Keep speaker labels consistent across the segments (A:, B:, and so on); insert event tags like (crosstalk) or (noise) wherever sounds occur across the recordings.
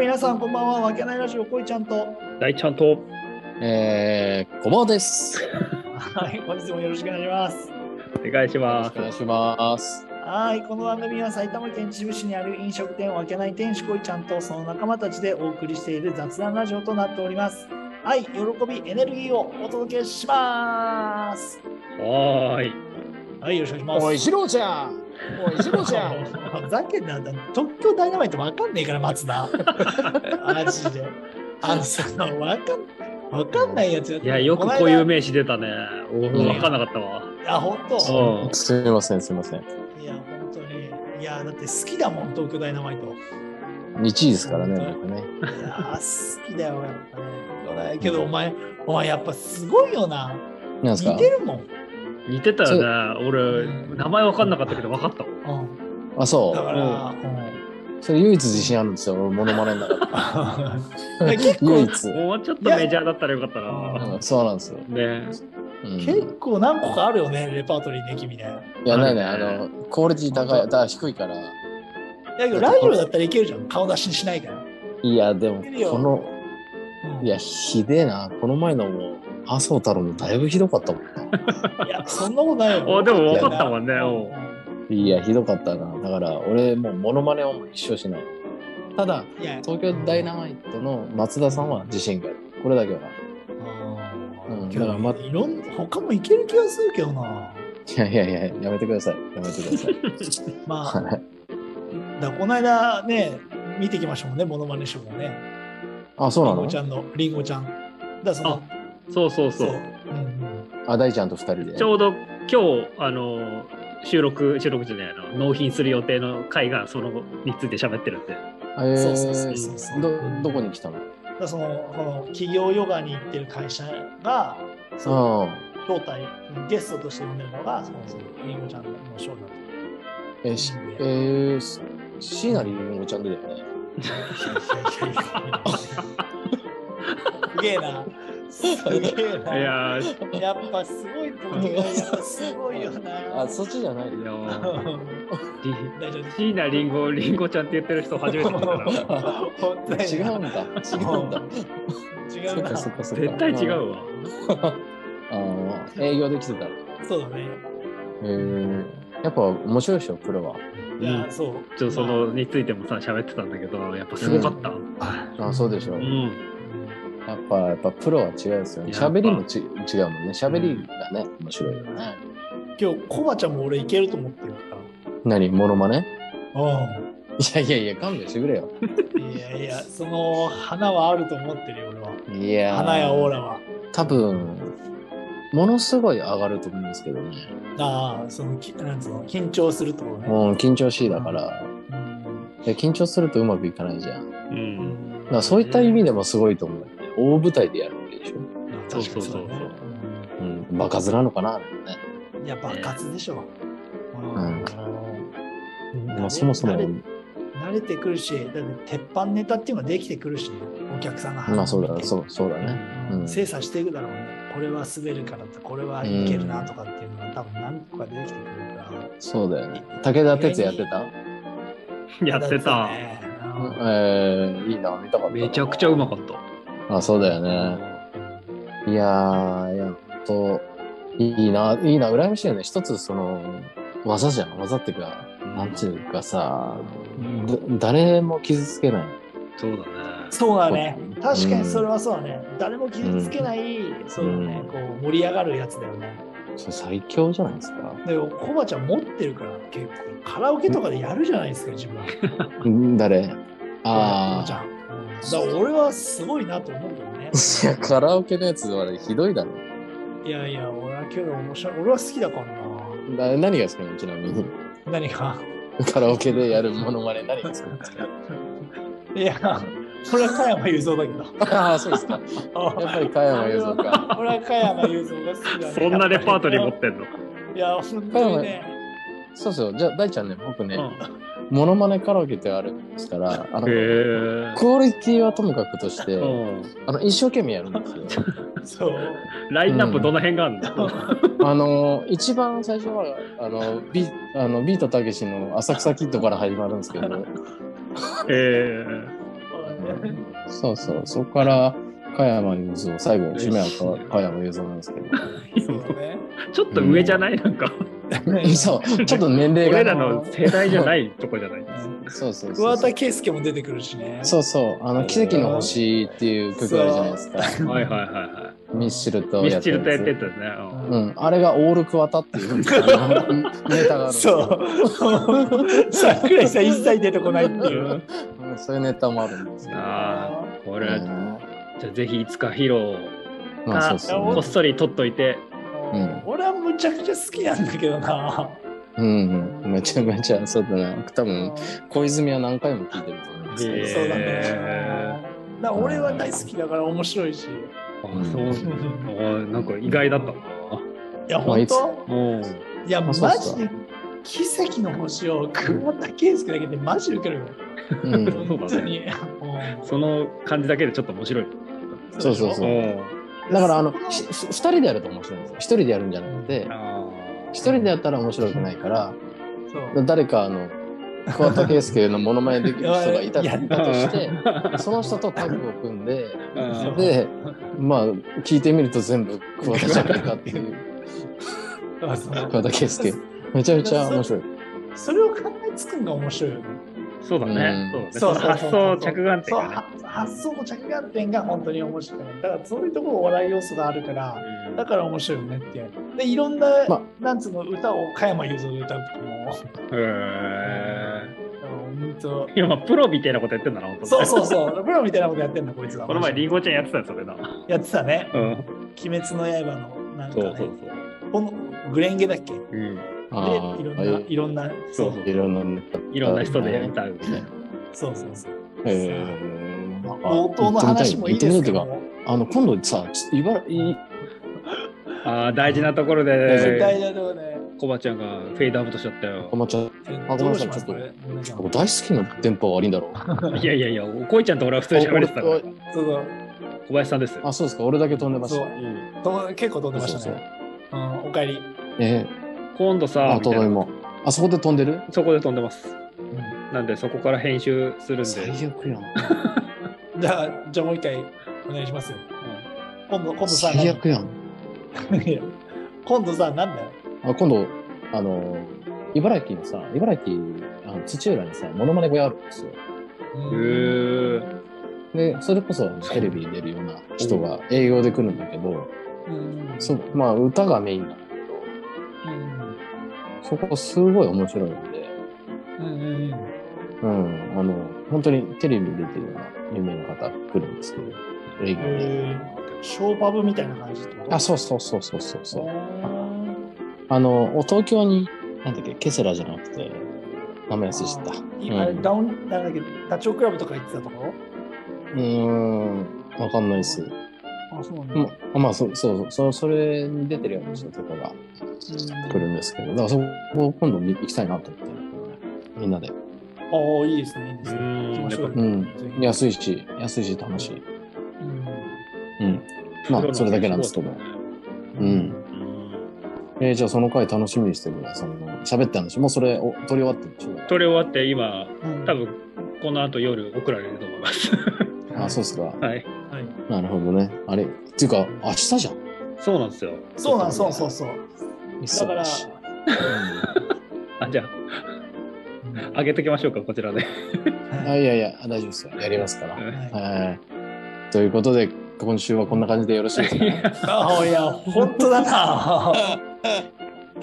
A: 皆さん、こんばんは。わけないラジオ、こいちゃんと。
B: 大ちゃんと、
C: えー、ごぼうです。
A: はい、本日もよろしくお願いします。
B: お願いし
C: よろ
B: ま
C: し
B: す
C: くお。願いします。
A: はい、この番組は埼玉県秩父市にある飲食店わけない店主こいちゃんとその仲間たちでお送りしている雑談ラジオとなっております。はい、喜び、エネルギーをお届けします。
B: はーい。
A: はい、よろしくお願いします。
C: おい、ジローちゃん。おい、ジローちゃん。
A: (laughs) ふざけんなだ特許ダイナマイトわかんねえから松田マジであのさわかんわかんないやつやった
B: いや、よくこうい
A: の
B: う
A: 間
B: 名詞出たね。お
C: ん
B: 分かんなかったわ。
A: いや本当
B: うん。
C: すみません、すみません。
A: いや本当にいやだって好きだもん東京ダイナマイトい
C: 1位ですからね、僕ね。
A: やー好きだよやっぱねそうだよけどお前お前やっぱすごいよな
C: なんです
A: 似
C: か
A: てるもん、
B: 似てたよね。俺
A: う、ん
B: 名前分かんなかったけど分かったわ。
A: うん、
C: あ、
A: だ
C: そ
A: から、うん
C: う。それ唯一自信あるんですよ、俺モノマネだ (laughs) から。 (laughs)
A: 結構
C: 唯一。
B: もうちょっとメジャーだったらよかったな。
C: うんそうなんですよ。
B: ね。
C: うん、い
A: 結構何個かあるよねレパートリーね君ね
C: や、ないね、
B: あ
C: あ
B: るね
C: の、クオリティ高い、だから低いから。
A: いやけどラジオだったらいけるじゃん顔出しにしないから、
C: いや、でも、
A: いるよ
C: この、
A: うん
C: いや、ひでえな。この前のも、麻生太郎もだいぶひどかったもんな。 (laughs)
A: いや、そんなことないよ。
B: (laughs) あでも
C: 分か
B: ったもんねうん
C: いや、ひどかったな。だから、俺、もう、モノマネはもう一生しない。ただ、
A: いや、
C: 東京ダイナマイトの松田さんは自信がある。これだけは。
A: う、
C: うんん
A: け
C: だ
A: ど
C: からま
A: いろん他もいける気がするけどな。
C: いやいやいや、やめてください。やめてください。
A: まあ、
C: はい
A: だこの間ね、見てきましたもんね、モノマネショーもね。
C: あ、そう
A: り
C: なん
A: ご
C: の
A: ちゃんの、りんごちゃん。だからその、
B: そうそうそう。
A: うんうん
C: あ、大ちゃんと二人で。
B: ちょうど今日、あの、収録、収録じゃないの、納品する予定の会がその後について喋ってるんで。
C: えー
A: そうそうそうそうそう
C: ど、どこに来たの
A: だからその、この企業ヨガに行ってる会社が、その
C: ああ。
A: 招待、ゲストとして呼んでるのが、その、そのりんごちゃんのショーだった。
C: えー、しえー、し椎名林檎ちゃんでだよね。
A: すげえな。すげえ
B: い
A: な。
B: やー、い
A: やっぱすごいと思うよ。やっぱすごいよな。
C: あ、そっちじゃな
B: や
C: いよ。
B: ー (laughs) り
A: 大丈夫です。
B: 椎名林檎、林檎ちゃんって言ってる人初めて見たから。
A: 本当だ
C: 違う
A: よ
C: んだ。違うんだ。
A: (laughs) 違
C: そうっ
A: な。
C: か
A: そ
C: そっかそっか。
B: 絶対違うわ。
C: ああ。営業できてたら。
A: うだね。
C: えー、やっぱ面白いでしょ、プロは。
A: いや、そう。
B: ちょっとそのについてもさ喋ってたんだけどやっぱすごかった。うん。
C: あ、そうでしょ。
B: うん
C: やっぱ、やっぱプロは違うですよね。
B: やっぱ
C: 喋りもち違うもんね。喋りがね、面白いよね。
A: 今日、コバちゃんも俺いけると思ってるから。
C: 何モノマネ (laughs)
A: う
C: いやいやいや、勘弁してくれよ。
A: ん。いやいや、その花はあると思ってるよ、俺は。
C: いやー
A: 花やオーラは。
C: 多分、ものすごい上がると思うんですけどね。
A: ああ、その、きなんつうの、緊張するところね。
C: もう緊張しいだから。
A: うん
C: で緊張するとうまくいかないじゃん。だ
B: う。
A: うんん
C: からそういった意味でもすごいと思うよね。大舞台でやるわけでしょ。
B: そうそうそう
A: 確かにだねん
C: うん、バカ面なのかな、ね。
A: やっぱ爆発でしょ。
C: ん
A: うん
C: まあそもそも
A: 慣れ、慣れてくるし、だって鉄板ネタっていうのはできてくるしね、お客さんが反応
C: まあそうだ、
A: 見て
C: そう、そうだね。
A: うん
C: うん
A: 精査していくだろうね。これは滑るからとか、これはいけるなとかっていうのが多分何個か出てきてくるか
C: そうだよね。武田鉄矢やってた
A: ら。
B: やってた。
A: ね
C: えー、いいな、見たかったな。
B: めちゃくちゃうまかった。
C: あ、そうだよね。いやー、やっと、いいな、いいな、羨ましいよね。一つ、その、技じゃん。技っていうか、なんていうかさ、だ誰も傷つけない。
B: そうだね。
A: そうだね
C: う。ん
A: 確かにそれはそうだね。誰も傷つけない、そうだね
C: う、ん
A: こう盛り上がるやつだよね。
C: それ最強じゃないですか。
A: でも、コバちゃん持ってるから、結構。カラオケとかでやるじゃないですか、自分。
C: ん誰
A: コバ
C: あ
A: ちゃん。
C: あ。
A: うんだから俺はすごいなと思うけど
C: (laughs)
A: ね。
C: いや、カラオケのやつはねひどいだろ。
A: いやいや、俺は今日面白い。俺は好きだからな。
C: な何が好きなのちなみに。
A: 何か。
C: カラオケでやるモノマネ何が好きなんですか
A: いや、これは加山雄三だけど。
C: (laughs) ああ、そうですか。やっぱり加山雄三か。
A: 俺は加山雄三が好きだ、ね。
B: そんなレパートリー持ってんの。
A: いや、本当にね。
C: そうそう。じゃあ、大ちゃんね、僕ね、
B: うん
C: モノマネカラオケってあるんですから、あの、
B: へえ。
C: クオリティはともかくとして、
B: うん
C: あの一生懸命やるん
B: (laughs)
C: ですよ。
A: そう。
B: ラインナップどの辺があるの？
C: あの一番最初はあのビあのビートたけしの「浅草キッド」から始まるんですけど、
B: ええ。
C: そうそう、そこから、加山雄三、最後、締めは加加山雄三なんですけ
B: も
A: そうね
B: ちょっと上じゃない、なんか、
C: ど。
B: (laughs)
C: そう、ちょっと年齢が。
B: 俺らの世代じゃないとこじゃない。
C: そうそうそ
A: 桑
C: うそ
A: 田
C: う。
A: 佳祐も出てくるしね。
C: そうそう、あの、奇跡の星っていう曲あるじゃないですか。
B: はいはいは
C: ミッシル
B: いは
C: と
B: い。ミ
C: や
B: ス
C: って
B: チルとやって
C: る。
B: たよね。うん
C: うん、あれがオールクワタっていうあのネタがあるんです
A: そ
C: よ
A: う。桜井さん一切出てこないっていう。
C: うんそういうネタもあるんですよ。
B: ああ、これ、
C: うん
B: じゃあぜひいつか披露
C: まあそう
B: か、
C: っすよ
B: こ
C: ね
B: っそり取っといて、
C: ん
A: 俺はむちゃくちゃ好きなんだけどな。
C: うんうん、めちゃめちゃそうだね多分小泉は何回も聞いてると思うんですけ
B: へ
C: ど
B: ー
A: そうだね。だから俺は大好きだから面白いし。い
B: あ
C: うん
B: そうあなんか意外だったな。
A: や、
C: まあ
A: 本
C: いつ
A: 当
B: うん
A: いや、マ
C: あそうっす
A: ジ
C: か
A: で奇跡の星を桑田佳祐だけでマジでウケるよ。
C: うん
A: 本当に。 (laughs) うん
B: その感じだけでちょっと面白い。
C: そうそうそう
B: うん
C: だからあのひふ二人でやると面白いんですよ一人でやるんじゃなくて
B: あ
C: 一人でやったら面白くないから
A: そう
C: 誰かあの桑田佳祐のモノマネできる人がいた
A: いや
C: いたとしてその人とタッグを組んで
B: うん
C: でまあ聞いてみると全部桑田じゃないかっていう
A: そうそう
C: 桑田佳祐めちゃめちゃ面白い
A: それを考えつくのが面白いよね。
B: そうだね。
C: うん
B: そうだね。発想着眼点
A: そう
B: がね。
A: は発想の着眼点が本当に面白い。だからそういうところお笑い要素があるから、
B: うん
A: だから面白いよねっていう。で、いろんな、
C: ま
A: なんつうの歌を加山雄三で歌うとも、
B: へ
A: 本当
B: ー。いやまあプロみたいなことやってんだな本当に
A: そうそうそう、プロみたいなことやってんだ、こいつは。
B: この前リンゴちゃんやってたよそれな。う
A: やってたね、
B: ん。
A: 鬼滅の刃のなんか、
B: そ
A: ね
B: うそうそう。
A: ほんグレンゲだっけで、
B: うん。
C: あ
A: いろん
C: あ
A: な、いろんな、
B: そう
A: そう
C: いろんない
B: ろんな人で歌うみたいな。
A: そうそうそう。
C: えー
A: 冒頭の話もいいですけど
C: 行ってみたい行ってみたいというか、あの今度さ、ちょっと茨い
B: ああ大事なところ
A: 絶対だ
B: で
A: とね、
B: コバちゃんがフェードアウトしちゃったよ
C: お。もちゃん、あ
A: どうしま
C: ごめんなさ
A: す
C: いちょっ
A: こ
C: と
A: れ皆さん
C: 大好きな電波悪いんだろう。
B: いやいやいや、こいちゃんと俺は普通に喋れてたから
C: 俺。
A: そうそう
B: 小林さんですよ。
C: あ、そうですか、俺だけ飛んでまし
A: そ
C: た。
A: うと結構飛んでましたね。うん、おかえり。
C: え
B: 今度
C: ー、
B: さ
C: あ、、
B: みた
C: と
B: いな
C: どいも。あそこで飛んでる
B: そこで飛んでます。なんでそこから編集するんで
C: 最。悪やん。
A: じゃあ、じゃあもう一回お願いしますよ。今度、今度さ、
C: 最悪やん。
A: なんだよ今度さ、なんだよ。
C: あ今度、あの、茨城のさ、茨城、あの土浦にさ、モノマネ小屋あるんですよ。
B: へー
C: で、それこそあのテレビに出るような人が営業で来るんだけど、
A: うん
C: そう、まあ歌がメイン
A: う
C: だ。
A: ん
C: そこすごい面白いんで。
A: うんうんうん
C: うん、あの、本当にテレビに出てるような有名な方来るんですけど、営業で。
A: へーショーパブみたいな感じってこと
C: あ、そうそうそうそうそう
A: そ
C: そう。あの、お東京に、なんだっけ、ケセラじゃなくて、名前忘れちゃった。
A: 今、
C: うん
A: ダウン、なんだっけ、ダチョウクラブとか行ってたところ
C: うーん、わかんないっす。
A: あ、そうなんだ。
C: まあ、まあ、そうそうそうそ、それに出てるような人とかが来るんですけど、だからそこを今度行きたいなと思って、みんなで。
A: ああ、いいですね、いいです
B: う
A: ね。
B: ん
A: 行きましょうよ。
C: うん
A: ぜひ
C: 安いし、安いし楽しい。うん。
B: やっぱ
C: まあ、それだけなんですけど。う
A: うん
C: ん。えーじゃあその回楽しみにしてください。その喋った話、もうそれを取り終わってるでしょ
B: 撮り終わって今、
A: うん
B: 多分この後夜送られると思います。 (laughs)
C: あ、そうっすか。
B: はい。
A: はい
C: なるほどね。あれっていうか、明日じゃん。
B: そうなんですよ。
A: そうなん、そうそうそう。だから、
B: あ、じゃあ、上げときましょうか、こちらで。
C: うんあいやいや、大丈夫ですよ。やりますから。
A: はい
C: はい。ということで、今週はこんな感じでよろしいですか、ね、
A: あいや、本当だな。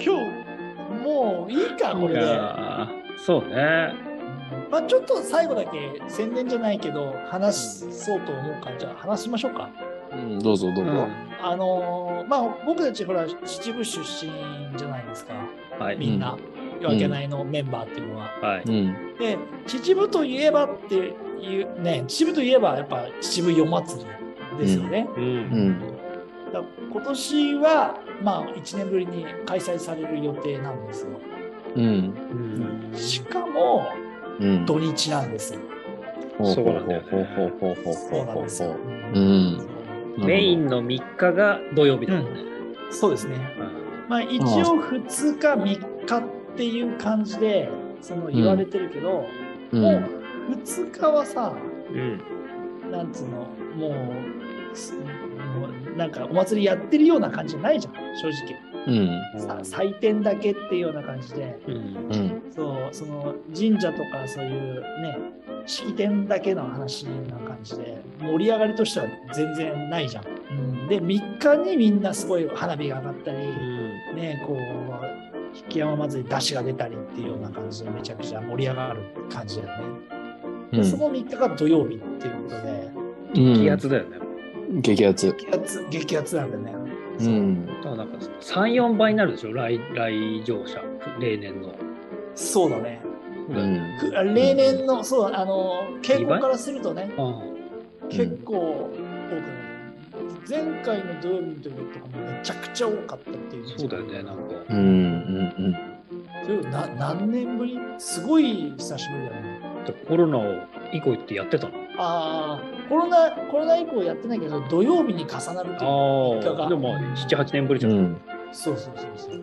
A: 今日、もういいか、こ
B: い
A: れで。
B: やーそうね。
A: まあ、ちょっと最後だけ宣伝じゃないけど、話そうと思うから、じゃあ話しましょうか。
C: うん、どうぞどう
B: う
C: ぞ。
B: ん
A: あのーまあ、僕たち、ほら、秩父出身じゃないですか、
B: はい。
A: みんな。夜
C: ん
A: 明けないのメンバーっていうのは。
B: はい。
C: うん。
A: で、秩父といえばっていう、ね、秩父といえば、やっぱ秩父夜祭りですよね。
B: うん
C: うん。
A: だから今年は、まあ、1年ぶりに開催される予定なんですよ。
C: うん。
B: うん
A: しかも
C: うん。
A: 土日なんですよ。
C: ほうほう
B: そうなんだよね
C: ほうほうほうほ
A: そう
C: う
A: な
C: ほ
A: ん
C: う
A: です
C: ほ
A: よ
C: う。。
A: うん
B: メインの3日が土曜日だもんね。
A: そうですね。
B: うん
A: まあ、一応2日3日っていう感じでその言われてるけど、
C: う
A: も
C: ん。
A: う2日はさ
B: うん。
A: なんつうの、もうす、もうなんかお祭りやってるような感じじゃないじゃん、正直。
C: うん。
A: さ祭典だけっていうような感じで、
B: うん
C: うん。
A: そう、その神社とかそういうね、式典だけの話な感じで、盛り上がりとしては全然ないじゃん。うん、で、3日にみんなすごい花火が上がったり、ね、こう、引山祭り出汁が出たりっていうような感じで、めちゃくちゃ盛り上がる感じだよね。
C: う
A: でそ
C: ん。
A: の3日が土曜日っていうことで、
B: 激アツだよね。
C: うん。激アツ。
A: 激アツ激アツなんだね。
C: う。
A: そうん
B: だからなんか3、4倍になるでしょ、来来場者、例年の。
A: そうだね。
C: う
B: うん
C: ん。
A: くあ例年の、そう、あの、傾
B: 二
A: 向
B: 倍
A: からするとね、
C: ん
A: 結構多くない。前回の土曜日の時とかもめちゃくちゃ多かったっていう。
B: そうだよね、なんか。
C: うん。うん。
A: それな何年ぶりすごい久しぶりだね。
B: コロナを以降ってやってたの
A: ああ、コロナ、コロナ以降やってないけど、土曜日に重なるっていう。
B: ああ、でも7、8年ぶりじ
C: う
B: ゃん。
C: ん。
A: そうそうそうそう。
C: う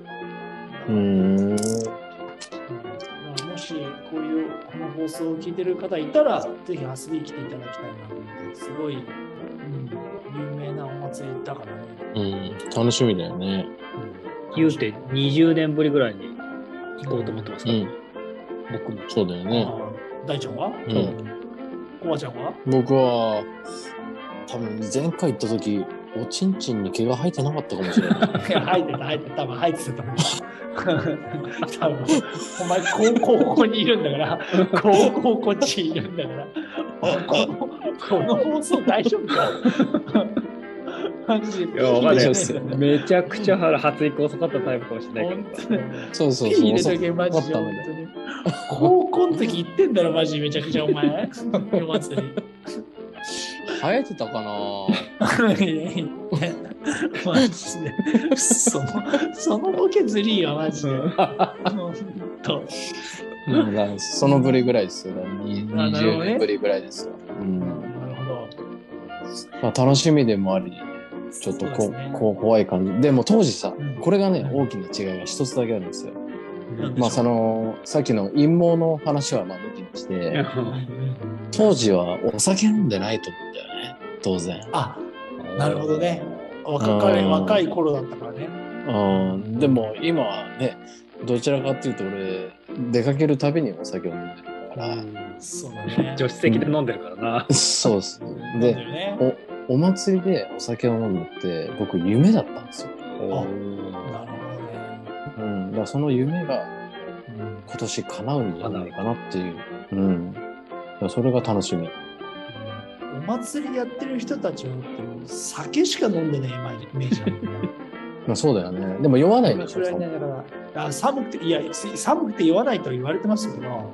C: ーん。
A: うんだからもしこういうこの放送を聞いてる方いたら、ぜひ遊びに来ていただきたいなと思って、すごい、うん、有名なお祭りだからね。
C: うん。楽しみだよね。
B: 言うて20年ぶりぐらいに行こうと思ってます
C: う
B: から、
C: ん。
B: 僕も。
C: そうだよ
A: あ
C: ね。
A: ー大ちゃんは
C: うん
A: コバちゃんは
C: 僕は、多分前回行った時、おちんちんに毛が生えてなかったかもし
A: (laughs)
C: れない。
A: いや入ってた、入ってた、多分入ってた (laughs) と思う。多分お前、高校ここにいるんだから、高校こっちにいるんだから、このこの放送大丈夫かマジで
B: いやわかんない
C: です
B: めちゃくちゃ発育遅かったタイプかもしれない
A: 本
B: け
A: 当に
C: そうそう
A: ピ
C: そう。
A: ー入れとけ、マジで。
C: わか
A: 本当に高校の時言ってんだろ、マジめちゃくちゃお前。お祭り。
C: 生えて
A: (laughs)
C: たかない
A: やいやマジで。その、そのボケずりーよ、マジで。ほんと。
C: うんだからそのぶりぐらいですよ。だからに
A: あなるほど
C: 20
A: ね
C: 年ぶりぐらいですよ。うん
A: なるほど。
C: まあ、楽しみでもあり、ちょっとこ
A: そううですね
C: こう怖い感じ。でも当時さ
A: うん、
C: これがね、
A: うん
C: 大きな違いが一つだけあるんですよ。
A: うん
C: まあ、その、さっきの陰謀の話はまあ抜きにして、当時はお酒飲んでないと思うんだよね。当然。
A: あ、なるほどね。若
C: うん
A: かれ若い頃だったからね。
C: うん、でも今はね、どちらかっていうと俺、出かけるたびにお酒を飲んでるから、
A: そうだね。
B: 助手席で飲んでるからな。
C: そうっす。
A: で、
C: で、お、お祭りでお酒を飲むって僕夢だったんですよ。
A: なるほどね。
C: うん、だからその夢が今年叶うんじゃないかなっていう。うん。だからそれが楽しみ。
A: お祭りやってる人たちは酒しか飲んでないイメージだもんね。
C: まあそうだよね。でも酔わないでし
A: そ
C: ょ。
A: れ
C: そ
A: は
C: んな
A: ねだからあ寒くていやす寒くて言わないと言われてますけど、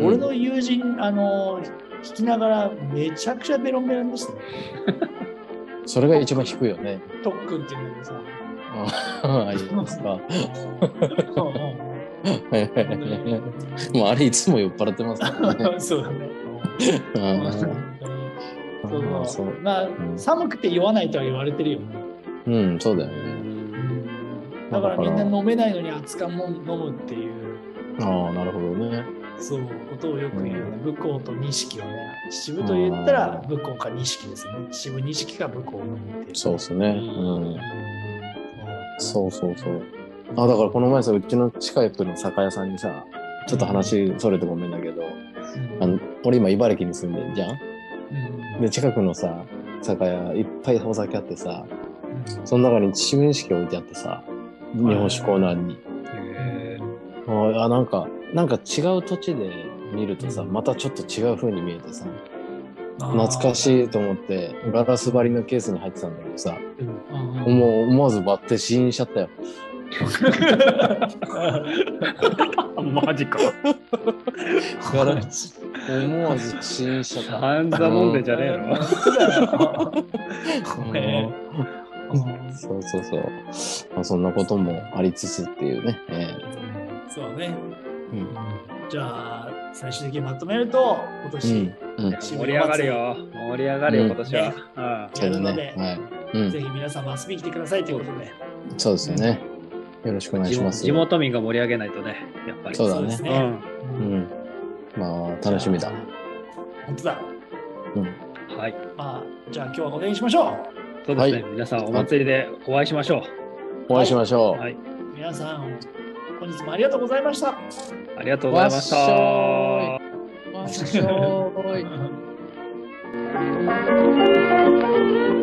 A: 俺の友人あの聞きながらめちゃくちゃベロンベロンでしたね。
C: それが一番低いよ
A: (laughs)
C: ね。
A: 特訓っていうんだけど
C: (laughs)
A: さ。
C: ああ、いいですか。 (laughs)
A: うんうん
C: もうあれいつも酔っ払ってますから
A: (laughs)
C: ね。
A: そうだね。
C: う
A: うん
C: ん
A: 本当に
C: うん
A: そ
C: そうう
A: まあ
C: ん
A: 寒くて酔わないとは言われてるよね。
C: うん、そうだよね。
A: だから
C: だ
A: み
C: から
A: んな飲めないのに熱燗も飲むっていう
C: ああ、なるほどね。
A: そうことをよく言うよね。武功と錦をね。秩父と言ったら
C: うん
A: 武功か錦ですね。秩父錦か武功を飲むっていう。
C: そうですね。うん。
A: そ
C: そうそうそう。あ、だからこの前さ、うちの近くの酒屋さんにさ、ちょっと話それてごめんだけど、
A: うん。
C: あの、俺今茨城に住んでんじゃん
A: うん
C: で、近くのさ、酒屋、いっぱいお酒あって
A: う
C: さ、
A: ん
C: その中に秩父錦置いてあってさ、日本酒コーナーに。ああ、なんか、なんか違う土地で見るとさ、またちょっと違う風に見えてさ、懐かしいと思って、ガラス張りのケースに入ってたんだけどさ、
A: うんうん
C: もう思わず割って試飲しちゃったよ。
B: (laughs) マジか。
C: ガラス、 (laughs) 思わず試飲しちゃった。
B: 散々飲んでんじゃねえ (laughs) の。
A: ごめん
C: うんそうそうそう。まあ、そんなこともありつつっていうね。え
A: そうね。
C: えうん
A: じゃあ、最終的にまとめると、今年
C: うん。
B: 盛り上がるよ。盛り上がるよ、今年は。
A: やるので、
C: はい。うん
A: ぜ。ひ皆さんも遊びに来てくださいということで、
C: そうですね。よろしくお願いします。
B: 地元民が盛り上げないとね、やっぱり。
C: そうだ
A: そうで
C: ね
A: す。
B: う
A: ね。
B: ん。
C: うん。まあ、楽しみだ。。
A: 本当だ。
C: うん。
B: はい。
A: まあ、じゃあ今日はお礼にしましょう。
B: そうですね。
C: は
B: 皆さんお祭りでお会いしましょ
C: お会いしまし
B: う。
C: ょう。
B: はい。
A: 皆さん、本日もありがとうございました。
B: ありがとうございました。
C: わわっしょーい
A: Bye.